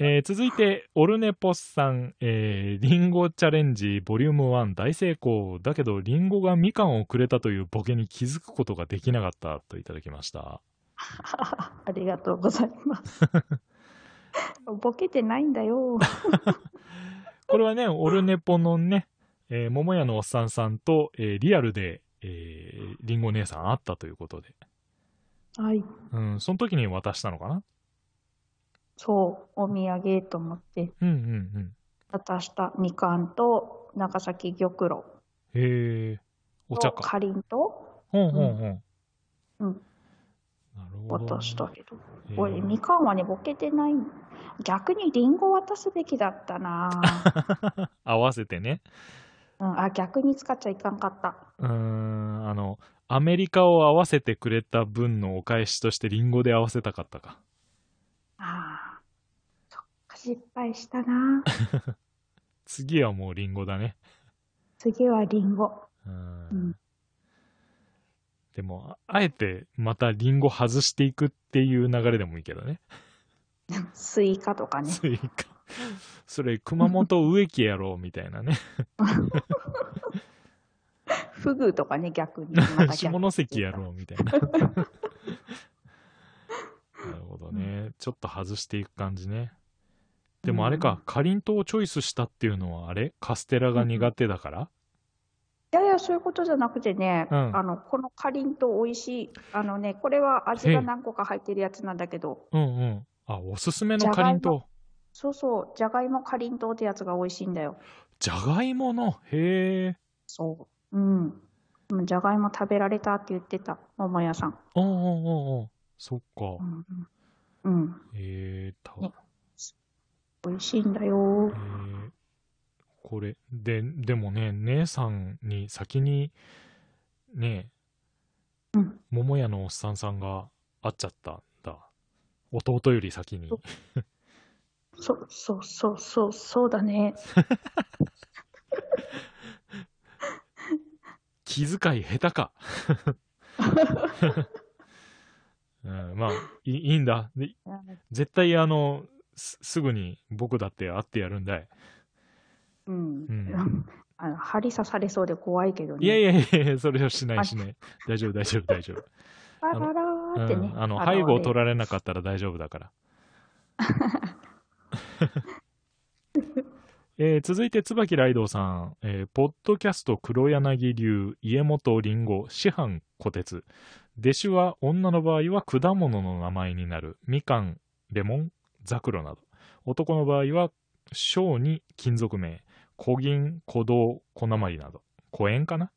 えー続いて、オルネポスさん、えーリンゴチャレンジボリューム1大成功。だけど、リンゴがみかんをくれたというボケに気づくことができなかったといただきました。 ありがとうございます。 ボケてないんだよ。これはね、オルネポのね、えー桃屋のおっさんさんと、えーリアルで、えーリンゴ姉さん会ったということで。はい。うん、その時に渡したのかなそう、お土産と思って、うんうんうん。渡したみかんと長崎玉露へえ、お茶とか。かりんとほんほんほん。うんなるほどね。渡したけど、へーこれみかんはね、ボケてない。逆にりんご渡すべきだったな、 合わせてね。うん、あ、逆に使っちゃいかんかった。うーん、あの、アメリカを合わせてくれた分のお返しとしてリンゴで合わせたかったか。ああ、そっか、失敗したな。次はもうリンゴだね。次はりんご。うーうんん。でも、ああえてまたリンゴ外していくっていう流れでもいいけどね。スイカ とかね。スイカ。それ、熊本植木やろうみたいなね。フグとかね、逆に。また逆下関やろうみたい な。なるほどね。ちょっと外していく感じね。でもあれか、かりんとうをチョイスしたっていうのはあれカステラが苦手だからいやいや、そういうことじゃなくてね、うんあの、このかりんとう美味しい。あのね、これは味が何個か入ってるやつなんだけど、うんうん。あ、おすすめのかりんとう。そうそう、じゃがいもかりんとうってやつが美味しいんだよ。じゃがいもの。へえ。そう。うん。でもじゃがいも食べられたって言ってた、桃屋さん。おうんうんうんうん。そっうか。んうん。うん。へえ、た、ね美味しいんだえ。よーこれ、で、でもね、姉さんに先に、ねえ、うん桃屋のおっさんさんが会っちゃったんだ。弟より先に。そそ、そうそうそう、そうだね。気遣い下手か。うん、まあい、いいんだ。で絶対、あの、すすぐに僕だって会ってやるんだい。うん。ん あの針刺されそうで怖いけどね。いやいやいやいや、それはしないしない。大丈夫、大丈夫、大丈夫。パララーってねう。ん、あの現れ背後を取られなかったら大丈夫だ から。えー続いて椿ライドウさん、えーポッドキャスト黒柳流家元りんご師範虎鉄弟子は女の場合は果物の名前になるみかんレモンザクロなど男の場合は小に金属名小銀小銅小鉛など小円かな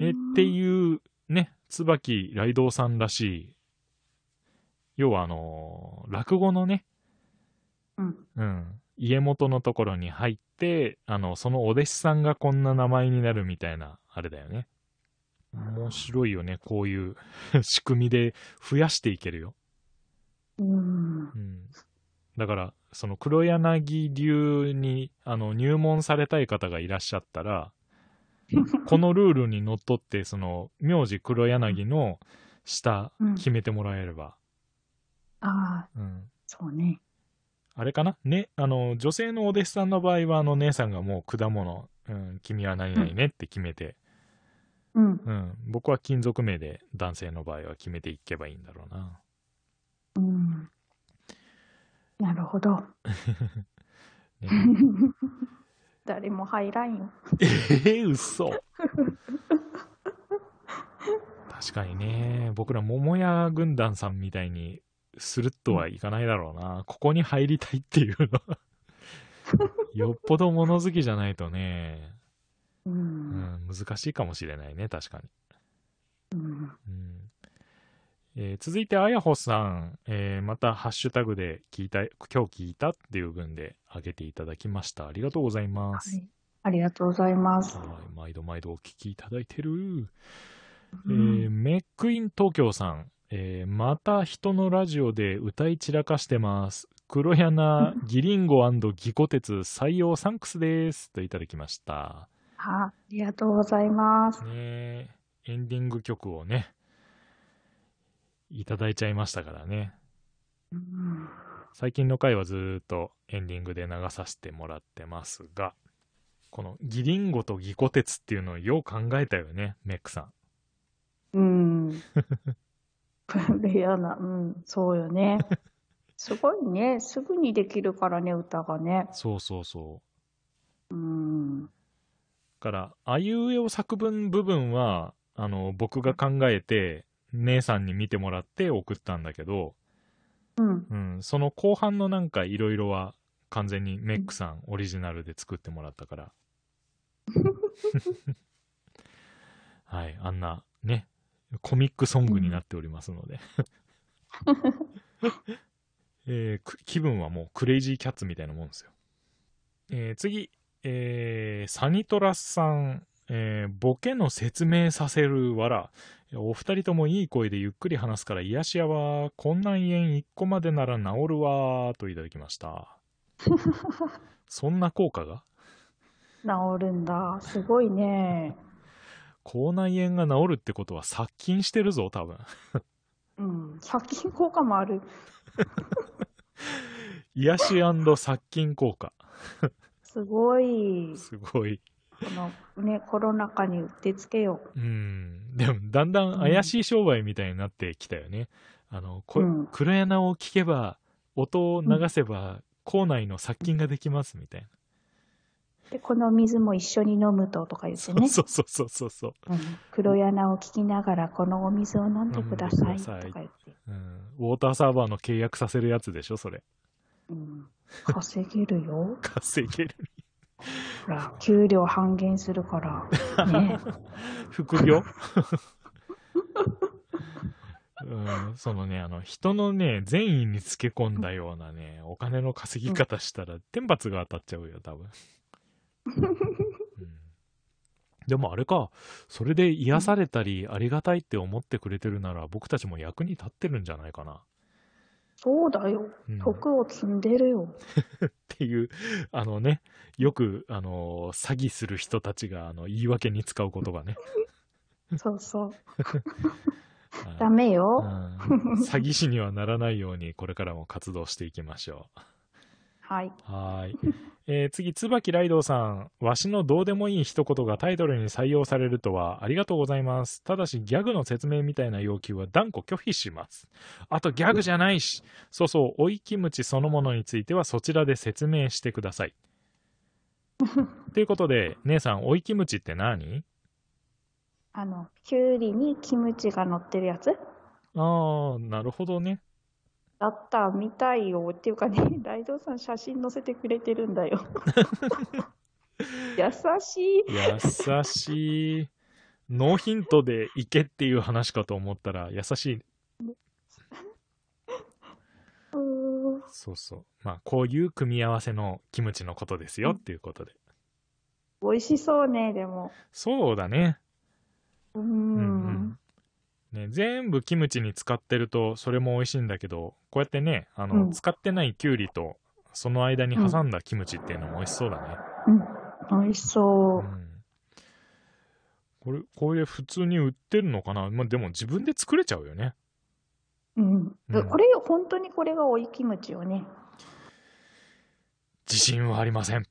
えっていうね椿雷道さんらしい要はあのー落語のね、うん。うん、家元のところに入ってあのそのお弟子さんがこんな名前になるみたいなあれだよね面白いよねこういう仕組みで増やしていけるよ、うん。うん、だからその黒柳流にあの入門されたい方がいらっしゃったらこのルールにのっとってその名字黒柳の下うん決めてもらえれば、ああ、うん、そうね。あれかなねあの女性のお弟子さんの場合はあの姉さんがもう果物、うん、君は何々ねって決めて、うん。うん、僕は金属名で男性の場合は決めていけばいいんだろうなうん。なるほ ど。ね誰も入らんよ。えー、嘘確かにね僕ら桃屋軍団さんみたいにスルッとはいかないだろうな、ここに入りたいっていうの はよっぽど物好きじゃないとね、う。うんん、難しいかもしれないね確かに、うん。うんえー続いてあやほさん、えーまたハッシュタグで聞いた今日聞いたっていう分で上げていただきましたありがとうございまはす、い。ありがとうございます。はい、毎度毎度お聞きいただいてる。うえーんメックイン東京さん、えーまた人のラジオで歌い散らかしてます。黒 柳ギリンゴギコ鉄採用サンクスですといただきました。はありがとうございます。ねえエンディング曲をね、いただいちゃいましたからね。うん最近の回はずーっとエンディングで流させてもらってますが、このギリンゴとギコ鉄っていうのをよう考えたよね、メックさん。 うん。レアな、うん、そうよね。すごいね。すぐにできるからね、歌がね。そうそうそう。うん。から、あいうえお作文部分は、あの、僕が考えて、姉さんに見てもらって送ったんだけど、うん。うん、その後半のなんかいろいろは完全にメックさんオリジナルで作ってもらったから。はい、あんなね、コミックソングになっておりますので。えーく気分はもうクレイジーキャッツみたいなもんですよ。えー次、えーサニトラスさん、えーボケの説明させるわら。お二人ともいい声でゆっくり話すから癒し屋は、こんなん円一個までなら治るわーといただきました。そんな効果が治るんだ。すごいね。口内炎が治るってことは殺菌してるぞ、多分。うん。殺菌効果もある。癒し殺菌効果。すごい。すごい。このね、コロナ禍にうってつけようん。でも、だんだん怪しい商売みたいになってきたよね。あの、こうん黒柳を聞けば、音を流せば、口内の殺菌ができますみたいな。う。で、この水も一緒に飲むととか言ってそ ね。うそうそうそうそうそう。うん、黒柳を聞きながら、このお水を飲んでくださいとか言って。うん。ウォーターサーバーの契約させるやつでしょ、それ。 うん、稼げるよ。稼げる。ほら、給料半減するか ら。ね、副業 うん、そのね、あの、人のね、善意につけ込んだようなね、お金の稼ぎ方したら、天罰が当たっちゃうよ、多 分。うん、でもあれか、それで癒されたり、ありがたいって思ってくれてるなら、僕たちも役に立ってるんじゃないかな。そうだよ。うん、っ徳を積んでるよ。ていう、あのね、よく、あの、詐欺する人たちが、あの、言い訳に使う言葉ね。そうそう。はいダメよ。うん詐欺師にはならないようにこれからも活動していきましょはい。う。はーい。えー次、椿ライドウさん。わしのどうでもいい一言がタイトルに採用されるとはありがとうございます。ただしギャグの説明みたいな要求は断固拒否します。あとギャグじゃないし。そうそう、追いキムチそのものについてはそちらで説明してくだ さい。ということで、姉さん、追いキムチって何あの、きゅうりにキムチが乗ってるやつああ、なるほどね。だったみたいよ。っていうかね、 大道さん写真載せてくれてるんだよ。 優しい。優しい。ノーヒントでいけっていう話かと思ったら、優しい。うーんそうそう。まあ、こういう組み合わせのキムチのことですよっていうことで。美味しそうね、でも。そうだね。うー。うんんうん。ね、全部キムチに使ってると、それも美味しいんだけど、こうやってね、あの、うん使ってないキュウリと、その間に挟んだキムチっていうのも美味しそうだね。うん、美味しそうう。ん。これ、これ普通に売ってるのかなまあ、でも自分で作れちゃうよね。うん。うんこれよ、本当にこれが追いキムチよね。自信はありません。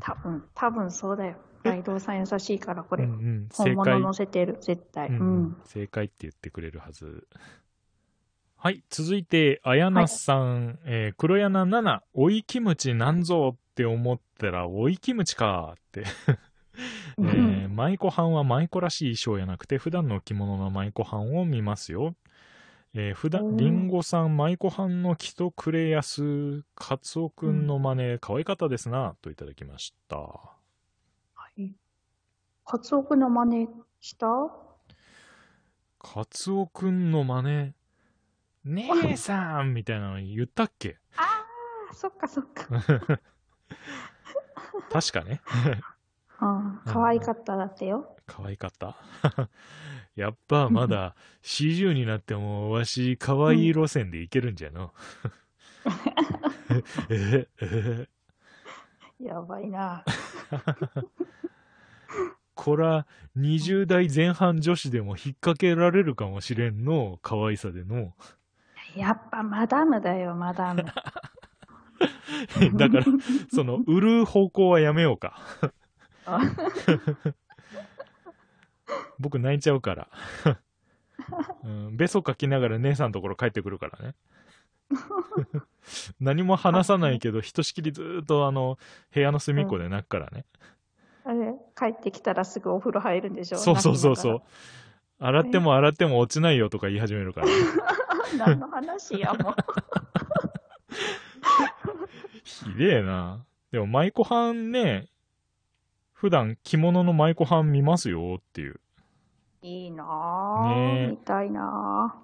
多 分、多分そうだよ。大道さん優しいから、こうれんう。ん、本正解物載せてる、絶対。ううんん。正解って言ってくれるはず。はい、続いて、あやなさん、えー黒柳7、追いキムチなんぞって思ったら、追いキムチかって。えー、舞妓はんは舞妓らしい衣装やなくて、普段の着物の舞妓はんを見ますよ。えー、普お段、ーりんごさん、舞妓はんの着とくれやす、かつおくんの真似、可愛かったですな、といただきました。はい。カツオ君の真似したカツオくんの真似、姉さんみたいなの言ったっけあ、そっかそっか。確かね。うん。可愛かっただってよ。可愛かった。 やっぱまだ40になってもわし可愛い路線でいけるんじゃの。ええやばいな。こら20代前半女子でも引っ掛けられるかもしれんの可愛さでの。やっぱマダムだよ、マダム。 だから、その、売る方向はやめようかあ。僕泣いちゃうから、うん。ベソ書きながら姉さんのところ帰ってくるからね。何も話さないけど、ひとしきりずーっとあの、部屋の隅っこで泣くからね。 あれ、帰ってきたらすぐお風呂入るんでしょそうそうそうそう。。洗っても洗っても落ちないよとか言い始めるから、ね、何の話や、もう。ひでえな。でも舞妓はんね、普段着物の舞妓はん見ますよっていう。 いいなぁ、ねえみたいな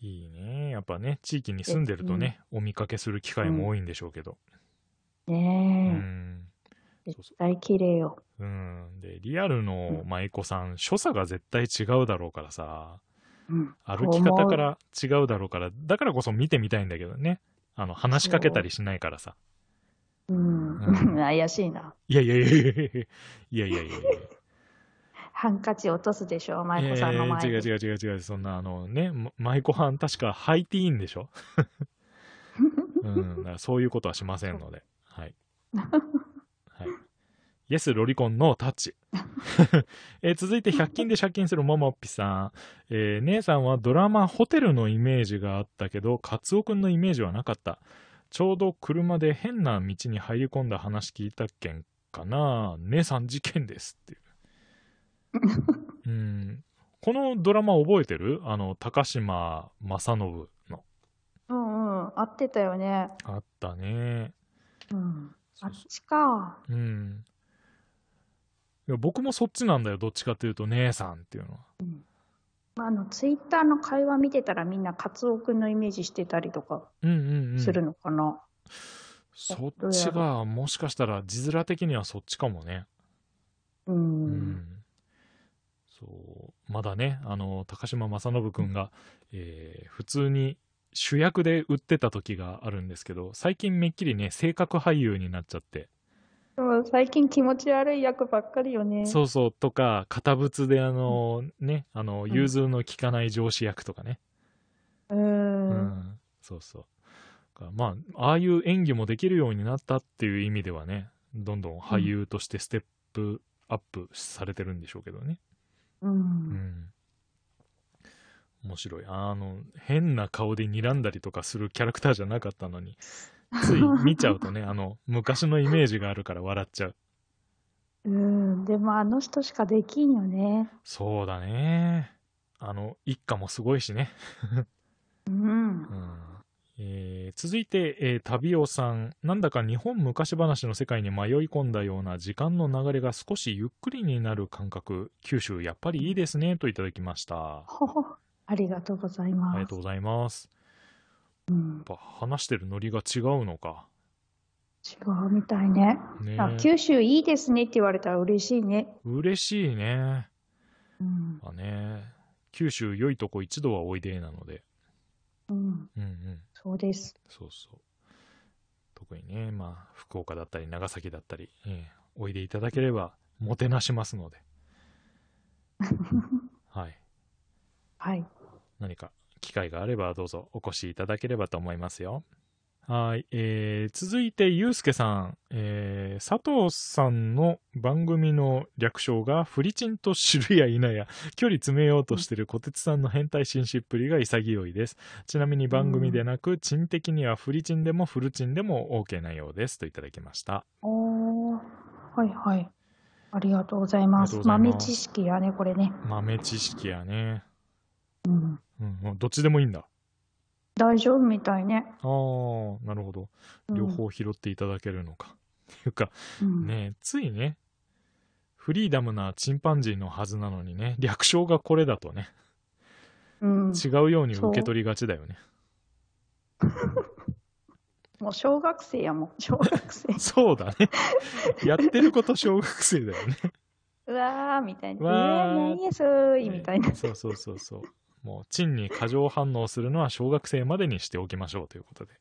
いいね。やっぱね、地域に住んでるとね、お見かけする機会も多いんでしょうけど。ぁ。うねん。そうえ、そ絶対綺麗よ。う。うん。で、リアルの舞妓さん、所作が絶対違うだろうからさ、うん。歩き方から違うだろうから、だからこそ見てみたいんだけどね。あの、話しかけたりしないからさ。うん。うん怪しいな。いやいやいやいやいやいやいやいやいや。ハンカチ落とすでしょ、舞妓さんのえー前に。違う違う違う違う、そんなあのね、ま舞妓はん確か履いていいんでしょ うん、だからそういうことはしませんので。はい。はい。イエスロリコンのタッチ。 えー続いて100均で借金するももっぴさん、えー姉さんはドラマホテルのイメージがあったけどカツオくんのイメージはなかったちょうど車で変な道に入り込んだ話聞いたっけんかな姉さん事件です っていううんこのドラマ覚えてるあの高島正信のうんうん。合ってたよね。あったねうん。そあうっそちか。ううんいや僕もそっちなんだよどっちかっていうと姉さんっていうのはあの、ツイッターの会話見てたらみんなカツオくんのイメージしてたりとかうんうんうんするのかな。そっちが、もしかしたら、字面的にはそっちかもね。う。うんそう。まだね、あの、高島正信くんが、えー普通に主役で売ってた時があるんですけど、最近めっきりね、性格俳優になっちゃって、でも最近気持ち悪い役ばっかりよね。そうそうとか、堅物であの、ね、あの、融通の利かない上司役とかね。う。うんん。そうそう。だからまあ、ああいう演技もできるようになったっていう意味ではね、どんどん俳優としてステップアップされてるんでしょうけどね。う。うんん。面白い。あの、変な顔で睨んだりとかするキャラクターじゃなかったの に、つい見ちゃうとね、あの、昔のイメージがあるから笑っちゃう。うん。でもあの人しかできんよね。そうだね。あの、一家もすごいしね。うん う。んえー続いて、えー、旅おさん。なんだか日本昔話の世界に迷い込んだような時間の流れが少しゆっくりになる感覚。九州、やっぱりいいですね。といただきました。ほほありがとうございあます。りがとうございます。うん、やっぱ話してるノリが違うのか。違うみたいね。ねあ九州いいですねって言われたら嬉しいね。嬉しいね。うん。まあね。九州良いとこ一度はおいでなので。うん、うんうん。そうです。そうそう。特にね、まあ、福岡だったり、長崎だったり、ええおいでいただければ、もてなしますので。はい。はい。何か機会があれば、どうぞお越しいただければと思いますよ。はい。えー、続いて、ゆうすけさん。えー、佐藤さんの番組の略称が、フリチンと知るや否や、距離詰めようとしてる小鉄さんの変態紳士っぷりが潔いです。ちなみに番組でなく、チン的にはフリチンでもフルチンでも OK なようです。といただきました。おーはいはい。ありがとうございます。ありがとうございます豆知識やね、これね。豆知識やね。うん。うん、うんどっちでもいいんだ。大丈夫みたいね。あー、なるほど。うん両。方拾っていただけるのか。っていうか、うん、ねえついね、フリーダムなチンパンジーのはずなのにね、略称がこれだとね、うん。違うように受け取りがちだよね。。もう小学生やもん、小学生そうだね。 やってること小学生だよね。うわーみたいな。うわわーー、何やそーいみたいな。そうそうそうそう。もう、チンに過剰反応するのは小学生までにしておきましょうということで。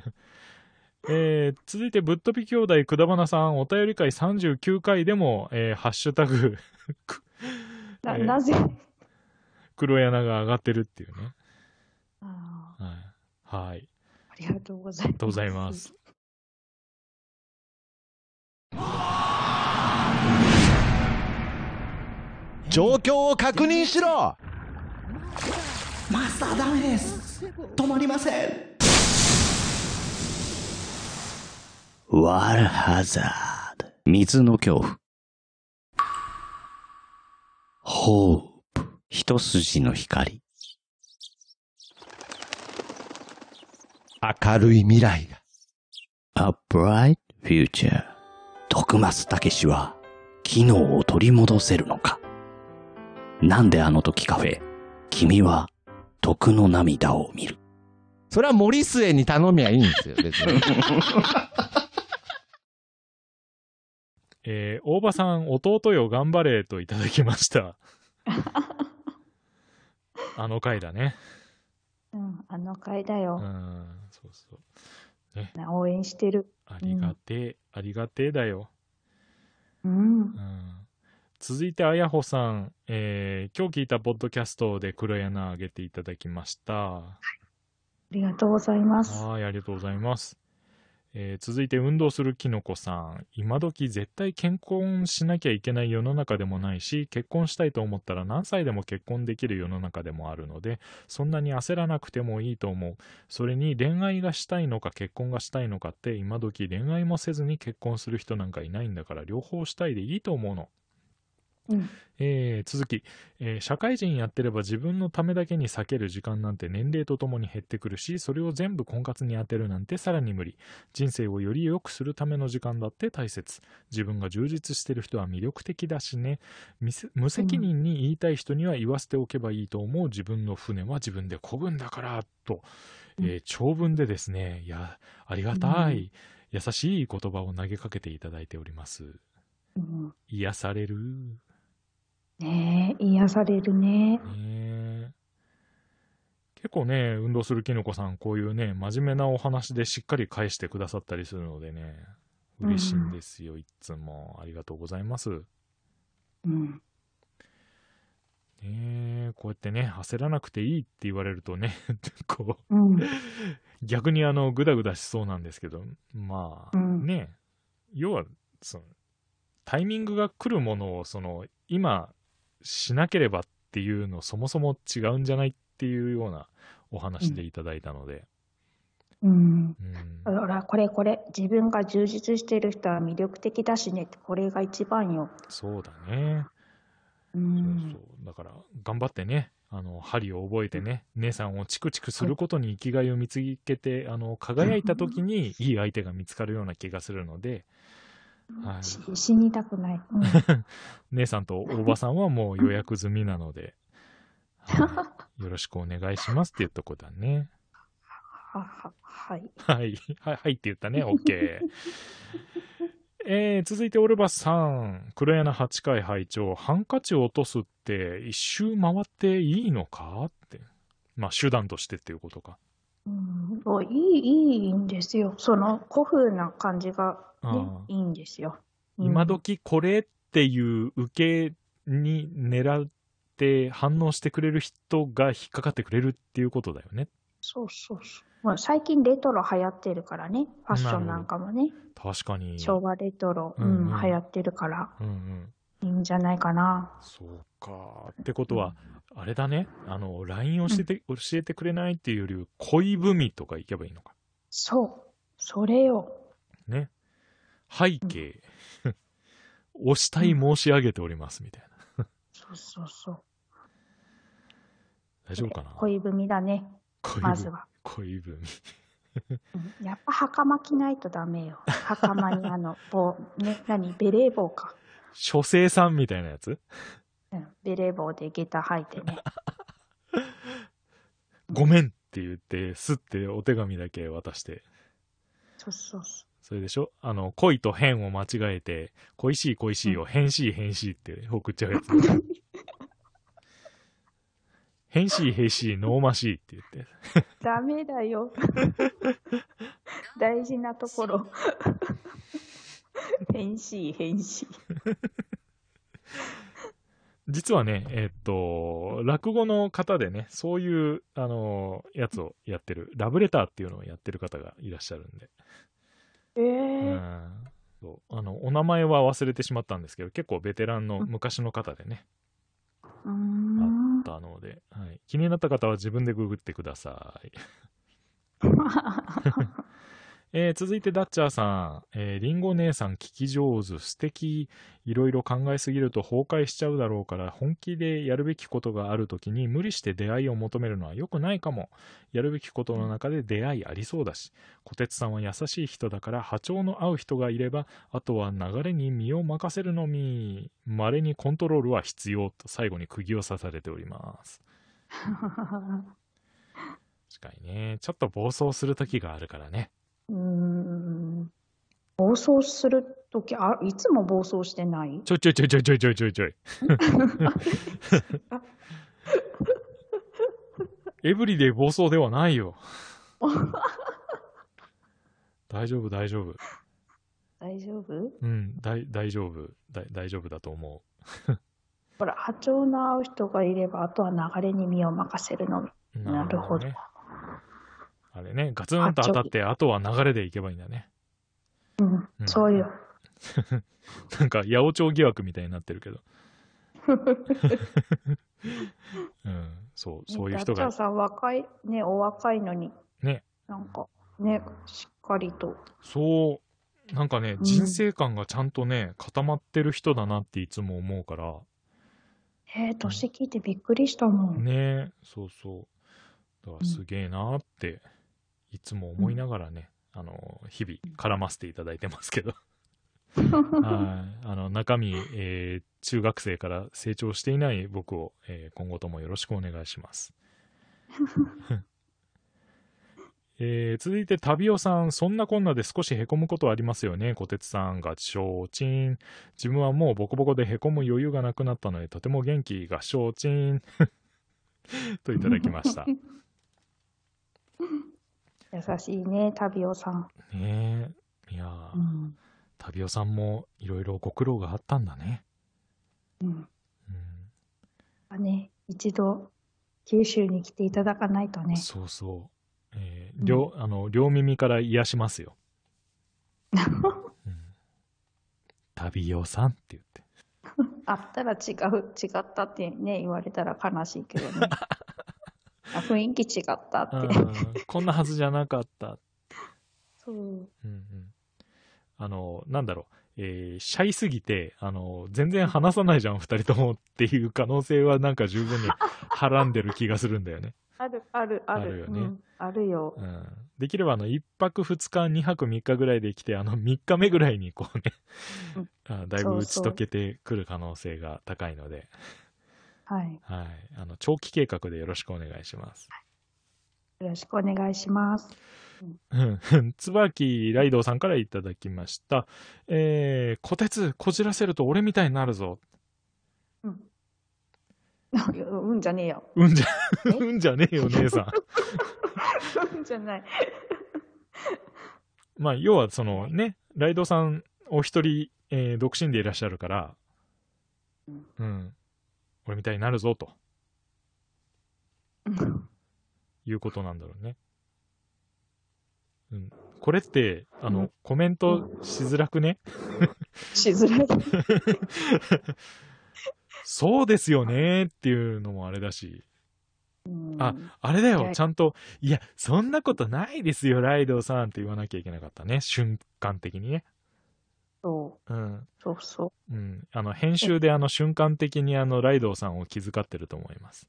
えー続いて、ぶっ飛び兄弟くだばなさん、お便り会39回でも、えーハッシュタグ、くなえーなぜ黒柳が上がってるっていうね。あはい。はい。あありがとうございます。とうございます。状況を確認しろマスターダメです止まりませんワールハザード。水の恐怖。ホープ。一筋の光。明るい未来が A bright future。徳松武氏は、機能を取り戻せるのか。なんであの時カフェ、君は、徳の涙を見る。それは森末に頼みゃいいんですよ、別に。えー、大場さん、弟よ頑張れといただきました。あの回だね。うん、あの会だうよ。ん、そうそう。な応援してる。ありがてえ、ありがてえだよ。うんう。ん続いて、あやほさん、えー今日聞いたポッドキャストで黒柳あげていただきました。ありがとうございます。はい、ありがとうございます。えー続いて、運動するきのこさん。今時絶対結婚しなきゃいけない世の中でもないし、結婚したいと思ったら何歳でも結婚できる世の中でもあるので、そんなに焦らなくてもいいと思う。それに恋愛がしたいのか結婚がしたいのかって、今時恋愛もせずに結婚する人なんかいないんだから、両方したいでいいと思うの。うん。えー続き、えー社会人やってれば自分のためだけに避ける時間なんて年齢とともに減ってくるしそれを全部婚活に当てるなんてさらに無理人生をより良くするための時間だって大切自分が充実してる人は魅力的だしねみせ無責任に言いたい人には言わせておけばいいと思う自分の船は自分で漕ぐんだからと、えー長文でですねいやありがたい、う優しい言葉を投げかけていただいておりますうん癒されるねえ、癒されるね。ねえ結構ね、運動するきのこさん、こういうね、真面目なお話でしっかり返してくださったりするのでね、嬉しいんですよ、いつも。ありがとうございます。ねうん。えこうやってね、焦らなくていいって言われるとね、 こう、うん。逆にあの、ぐだぐだしそうなんですけど、まうあ、ん。ねえ要は、その、タイミングが来るものを、その、今、しなければっていうの、そもそも違うんじゃないっていうようなお話でいただいたので、うん。うんほら、これこれ。自分が充実してる人は魅力的だしねって、これが一番よ。そうだね、う。そうんそうだから頑張ってねあの針を覚えてね、姉さんをチクチクすることに生きがいを見つけてあの輝いた時にいい相手が見つかるような気がするので、はしい、死にたくない。 うん姉さんとおばさんはもう予約済みなので、はいよろしくお願いしますっていうとこだねはは、はい。はい、はい、はいって言ったね、OK。えー、続いて、オルバスさん。黒柳8回拝聴ハンカチを落とすって、一周回っていいのかって。まあ、手段としてっていうことか。うん、おいい、いいんですよ。その古風な感じが、ねああ、いいんですよ。うん今時これっていう受けに狙って反応してくれる人が引っかかってくれるっていうことだよね。そうそうそう。まあ、最近レトロ流行ってるからね。ファッションなんかもね。確かに。昭和レトロ、ううんん、うん流行ってるから、うんうん。いいんじゃないかな。そうか。ってことは、あれだね。あの、LINE を教えて、教えてくれないっていうより、恋文とか行けばいいのか。そう。それよ。ね。背景。 おしたい申し上げております、みたいな。そうそうそう。大丈夫かな恋文だね、恋文まずは。恋文。うんやっぱ袴着ないとダメよ。袴にあの、棒、ね、何、ベレー帽か。書生さんみたいなやつうん、ベレー帽で下駄履いてね。ごめんって言って、すってお手紙だけ渡して。そうそうそそれでしょあの、恋と変を間違えて、恋しい恋しいを変しい変しいって送っちゃうやつ。 変しい変しいノーマシーって言って。う。ダメ だよ。大事なところ。変身、変身。実はね、えっと、落語の方でね、そういう、あの、やつをやってる、ラブレターっていうのをやってる方がいらっしゃるんで、えうー、んそうあのお名前は忘れてしまったんですけど、結構ベテランの昔の方でね、うーあんっ。たので、はい、気になった方は自分でググってください。えー続いてダッチャーさん、えーリンゴ姉さん聞き上手、素敵、いろいろ考えすぎると崩壊しちゃうだろうから、本気でやるべきことがあるときに無理して出会いを求めるのは良くないかも。やるべきことの中で出会いありそうだし、小鉄さんは優しい人だから波長の合う人がいれば、あとは流れに身を任せるのみ、稀にコントロールは必要と最後に釘を刺されております。確かにね、ちょっと暴走する時があるからね。うーん。暴走するとき、あ、いつも暴走してないちょいちょいちょいちょいちょいちょいちょいちょい。エブリデイ暴走ではないよ。大丈夫、大丈夫。大丈夫うん、大大丈夫大。大丈夫だと思ほら、波長の合う人がいれば、あとは流れに身を任せるのみ。う。なるほど。ねあれね、ガツンと当たって、あとは流れでいけばいいんだね。うん、うんそうよ。 なんか、八百長疑惑みたいになってるけ ど。うん、そう、そういう人ダッがチャーさん、若い、ね、お若いのに、ね。なんか、ね、しっかりと。そう、なんかね、ん人生観がちゃんとね、固まってる人だなっていつも思うから、えー、年聞いてびっくりしたもん。ねえ、そうそう。だからすげえなーって、いつも思いながらね、あの、日々絡ませていただいてますけど。はい。あの、中身、えー中学生から成長していない僕を、えー今後ともよろしくお願いします。えー続いて、タビオさん。そんなこんなで少しへこむことはありますよね。小鉄さんが承知。自分はもうボコボコでへこむ余裕がなくなったので、とても元気が承知。 といただきました。ね優しいね、タビオさん。え。いやーうん。タビオさんもいろいろご苦労があったんだね。うん。うあね、一度、九州に来ていただかないとん、ね。そうそう。えー両あの両耳から癒します よ。うん、タビオさんって言って。あったら違う、違ったってね、言われたら悲しいけど ね。あ雰囲気違ったって。 うんこんなはずじゃなかった。そう。うんうん、あの、なんだろう。えーシャイすぎて、あの、全然話さないじゃん、二人ともっていう可能性はなんか十分にはらんでる気がするんだよね。ある、ある、ある。あるよねうんあるよ。うんできればあの1泊2日2泊3日ぐらいで来てあの3日目ぐらいにこうね、 あだいぶ打ち解けてくる可能性が高いのではい。はい、あの長期計画でよろしくお願いします。 よろしくお願いします。うん椿ライドウさんからいただきました。えー、こてつ、こじらせると俺みたいになるぞ。うん。うんじゃねえよ。うんじゃ、 うんじゃねえよ、姉 さうんじゃない。ん。まあ、要はそのね、ライドウさんお一人、えー独身でいらっしゃるから、うん、俺みたいになるぞと。いうことなんだろうね。うん、これって、あの、うんコメントしづらくね。しづらい。そうですよねっていうのもあれだし。うんあ、あれだいよ、やちゃんと、いや、そんなことないですよ、ライドウさんって言わなきゃいけなかったね、瞬間的にね。そうん。う、そうそうん。あの、編集であの、瞬間的にあの、ライドウさんを気遣ってると思います。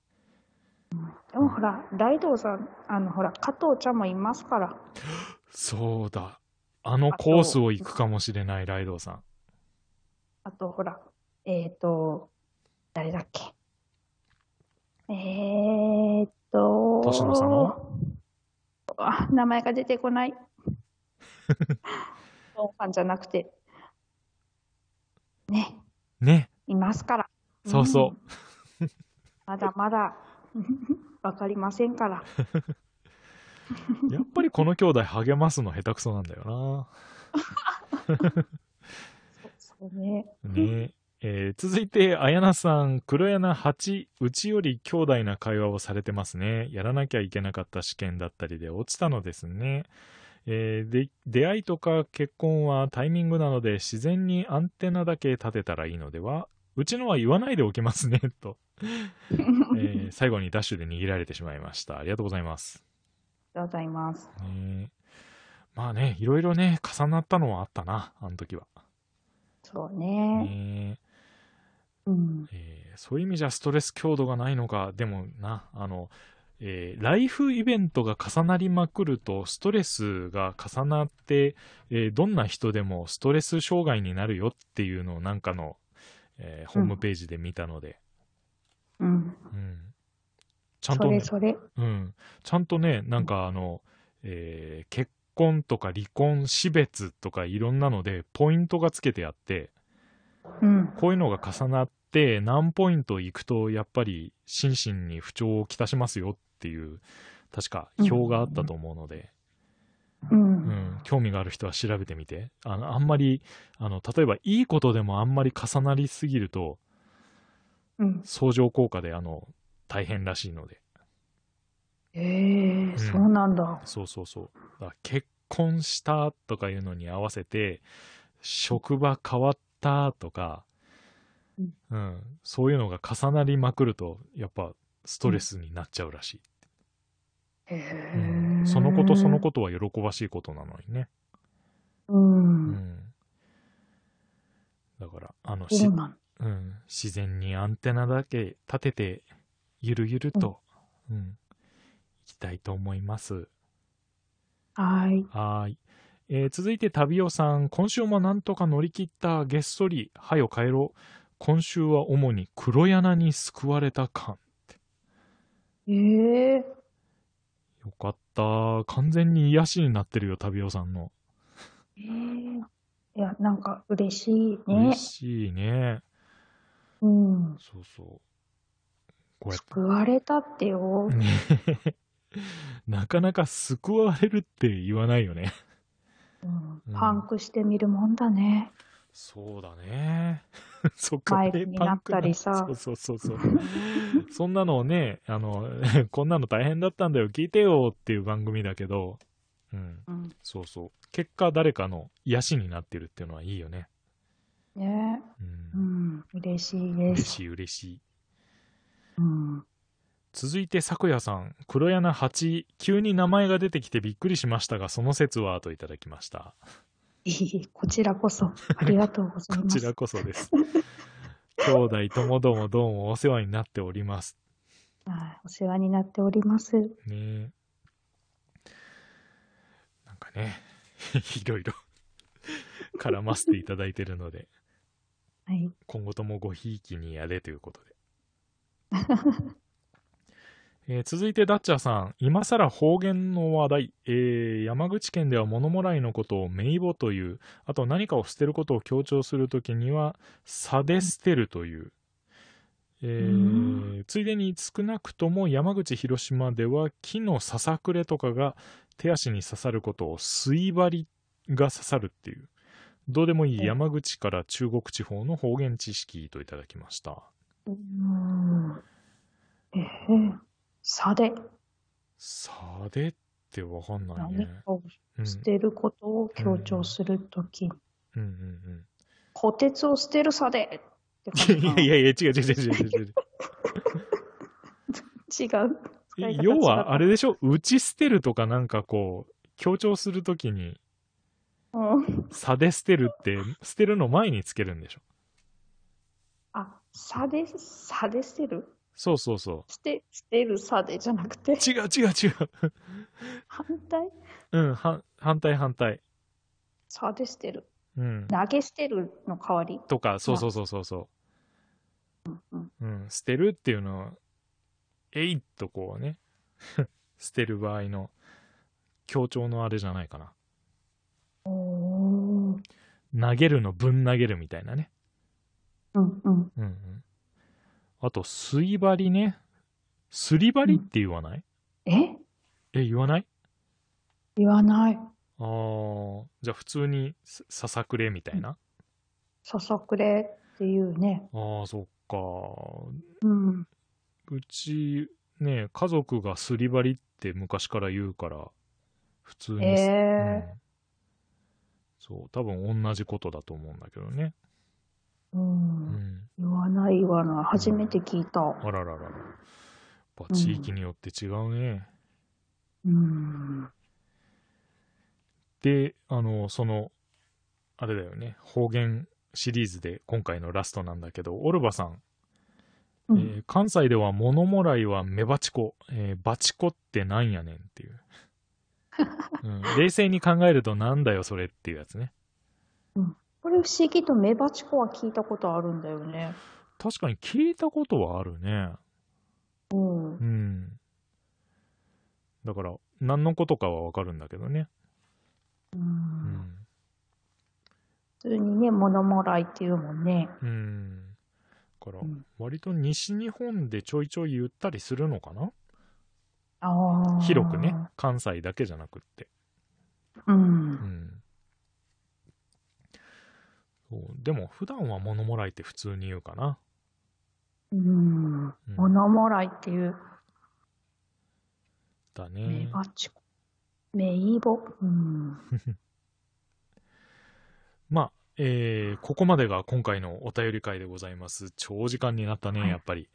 う。でもほら、ライドウさん、あの、ほら、加藤ちゃんもいますから。そうだ。あのコースを行くかもしれない、ライドウさん。あと、ほら、えっ、ー、と、誰だっけ。えー、っと、年の差のあ、名前が出てこ ない。そうさんじゃなくて、ね、ね。いますから。そうそう。んまだまだ、 わかりませんから。やっぱりこの兄弟励ますの下手くそなんだよそうね。な。ねえー続いて、綾菜さん、黒柳8、うちより兄弟な会話をされてますね。やらなきゃいけなかった試験だったりで落ちたのですね。えーで、出会いとか結婚はタイミングなので自然にアンテナだけ立てたらいいのではうちのは言わないでおきますね、 と、えー最後にダッシュで逃げられてしまいました。ありがとうございます。りがとうございます。ねまあね、いろいろね、重なったのはあったな、あの時は。そうね。ねうん。えーそういう意味じゃストレス強度がないのか、でもな、あの、えーライフイベントが重なりまくると、ストレスが重なって、えーどんな人でもストレス障害になるよっていうのをなんかの、えーホームページで見たので、うん。うん。ちゃんそと、れね、それ。うん。ちゃんとね、なんかあの、えー結婚とか離婚、死別とかいろんなので、ポイントがつけてあって、うん。こういうのが重なって、何ポイントいくと、やっぱり心身に不調をきたしますよっていう、確か表があったと思うので、う。うんん、興味がある人は調べてみて、あの、あんまり、あの、例えばいいことでもあんまり重なりすぎると、うん。相乗効果で、あの、大変らしいので、ええ、んそうなんだ。そうそうそう。だから結婚したとかいうのに合わせて、職場変わったとか、うんうん、そういうのが重なりまくると、やっぱストレスになっちゃうらしい。へうんえ。そのことそのことは喜ばしいことなのにね。と。うんう。ん、だから、あの、しそうなんうん、自然にアンテナだけ立てて、ゆるゆると、うん、いきたいと思います。はい。はい。えー続いて、旅オさん。今週もなんとか乗り切ったげっそり、はよ帰ろう。今週は主に黒柳に救われた感。ええ。よかった。完全に癒しになってるよ、旅オさんの。ええ。いや、なんか嬉しいね嬉。しいね。うん。そうそう。こうや救われたってよ。って。ね なかなか救われるって言わないよね。うんうんパンクしてみるもんだね。そうだね。 そっか、バイクになったりさパンクなそうそうそうそう。そんなのをね、あの、 こんなの大変だったんだよ、聞いてよっていう番組だけど、うん、うん、そうそう。結果、誰かの癒しになってるっていうのはいいよね。ねう。うんん、嬉しいで嬉す。しい、嬉しい。うん、続いて、咲夜さん。黒柳8、急に名前が出てきてびっくりしましたが、その説はといただきました。いいこちらこそ、ありがとうござ いこまちす。らこそです。兄弟ともどもどうもお世話になっております。はい、お世話になっております。ねなんかね、 いろい ろ絡ませていただいてるので、はい、今後ともごひいきにやれということで。えー続いて、ダッチャーさん。今更方言の話題。えー山口県では物もらいのことを名簿という、あと何かを捨てることを強調するときには、差で捨てるという。えーうついでに少なくとも山口、広島では木のささくれとかが手足に刺さることを水針が刺さるっていう。どうでもいい山口から中国地方の方言知識といただきました。うん、えー、さで、さでってわかんない何ね。かをうん、捨てることを強調するとき、うんうん虎鉄を捨てるさでってう感ん。いやじかないやいや、違う違う違う違う違う。違う。使い方要違っは、たあれでしょ打ち捨てるとかなんかこう、強調するときに、うん、さで捨てるって、捨てるの前につけるんでしょあ、さで、さで捨てるそうそうそ捨て、捨てるさでじゃなくて、う。違う違う違う。反対うん、は反対反対。さで捨てる。うん。投げ捨てるの代わりとか、そうそうそうそうそう。うん、捨てるっていうのを、えいっとこうね、 捨てる場合の強調のあれじゃないかな。うん投げるのぶん投げるみたいなね。うん。うんうん。あと、水針ね。すり針って言わない、ええ、言わない言わない。ああ、じゃあ普通にささくれみたいな。ささくれっていうね。ああ、そっか。うん。うち、ね、家族がすり張りって昔から言うから、普通に、うええん、そう、多分同じことだと思うんだけどね。う。うんん。言わない言わない。初めて聞いた。あらららら。やっぱ地域によって違うね。うん。で、あの、その、あれだよね、方言シリーズで今回のラストなんだけど、オルバさん、うえんー関西では物もらいはメバチコ、えーバチコってなんやねんって いう、うん。冷静に考えるとなんだよそれっていうやつね。これ不思議とメバチコは聞いたことあるんだよね。確かに聞いたことはあるね。うん。うん。だから、何のことかはわかるんだけどね。う。うんん。普通にね、物もらいっていうもんね。うん。だからうん、割と西日本でちょいちょい言ったりするのかなああ。広くね。関西だけじゃなくって、う。うんん、そうでも普段は物もらいって普通に言うかな、うん。うん物もらいっていう、だメねバチコ。メイボ。うん。まあえーここまでが今回のお便り会でございます長時間になったね、はいやっぱり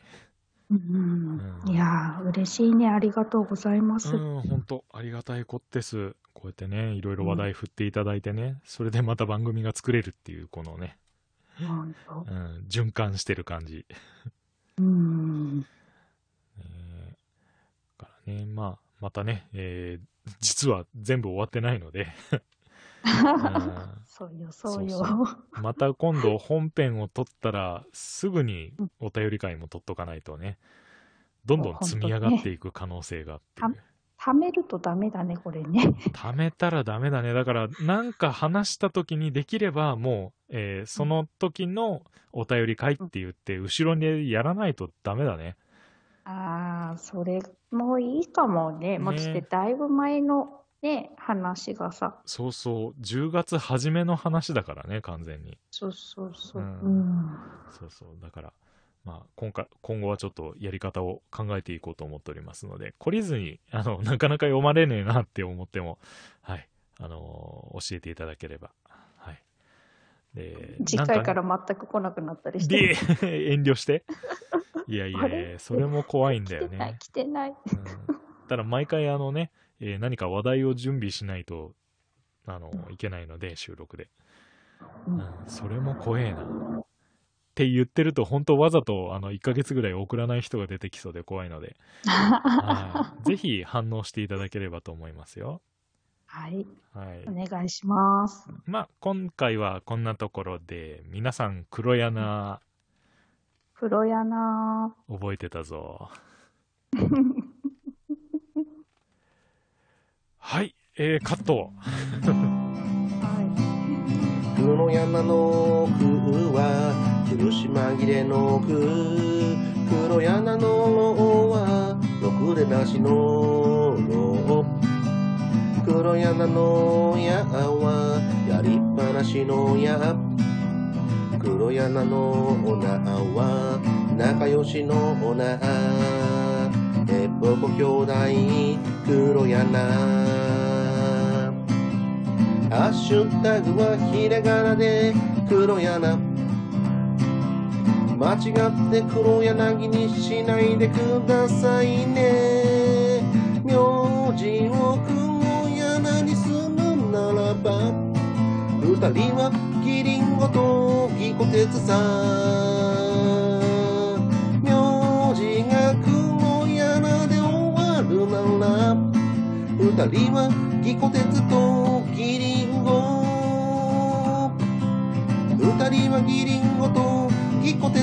うんうんいやー、嬉しいね。ありがとうございます。うん本当ありがたいこってすこうやってねいろいろ話題振っていただいてね、それでまた番組が作れるっていうこのね、ほんとうん、循環してる感じうん。ねえだからね、まあ、またね、えー 実は全部終わってないので、 うそうよ、そうそうよ。んまた今度本編を撮ったら、すぐにお便り会も撮っとかないとね、どんどん積み上がっていく可能性がっていう。貯めるとダメだね、これね。貯めたらダメだね。だから、なんか話した時にできれば、もう、えーその時のお便り会って言って、後ろにやらないとダメだね。ああ、それもいいかもね。もうねつって、だいぶ前のね、話がさ。そうそう、10月初めの話だからね、完全に。そうそうそう。ううんん。そうそう。だから、まあ、今回、今後はちょっとやり方を考えていこうと思っておりますので、懲りずに、あの、 なかなか読まれねえなって思っても、はい、あのー教えていただければ。はい。で次なん回かかねら全く来なくなったりして。で、 遠慮して。いやいあや、れそれも怖いんだ来てよないね、。来てない。うんただ、毎回、あのね、えー何か話題を準備しないと、あの、いけないので、収録で。うんうんそれも怖えな。って言ってると、本当わざと、あの、1ヶ月ぐらい送らない人が出てきそうで怖いので、 はいぜひ反応していただければと思いますよ。はい。はいお。願いします。まあ、今回はこんなところで、皆さん、黒柳、黒柳。覚えてた ぞ。はい、えー、カット。は黒山の奥は苦し紛れの奥黒柳の王はろくでなしの王黒柳の矢はやりっぱなしの矢黒柳の女は仲良しの女えっぽこ兄弟黒柳ハッシュタグはひらがなで黒柳間違って黒柳にしないでくださいね名字を黒柳にするならば二人はキリンゴとギコテツさ名字が黒柳で終わるなら二人はギコ鉄とギリンゴ二人はギリンゴとギコ鉄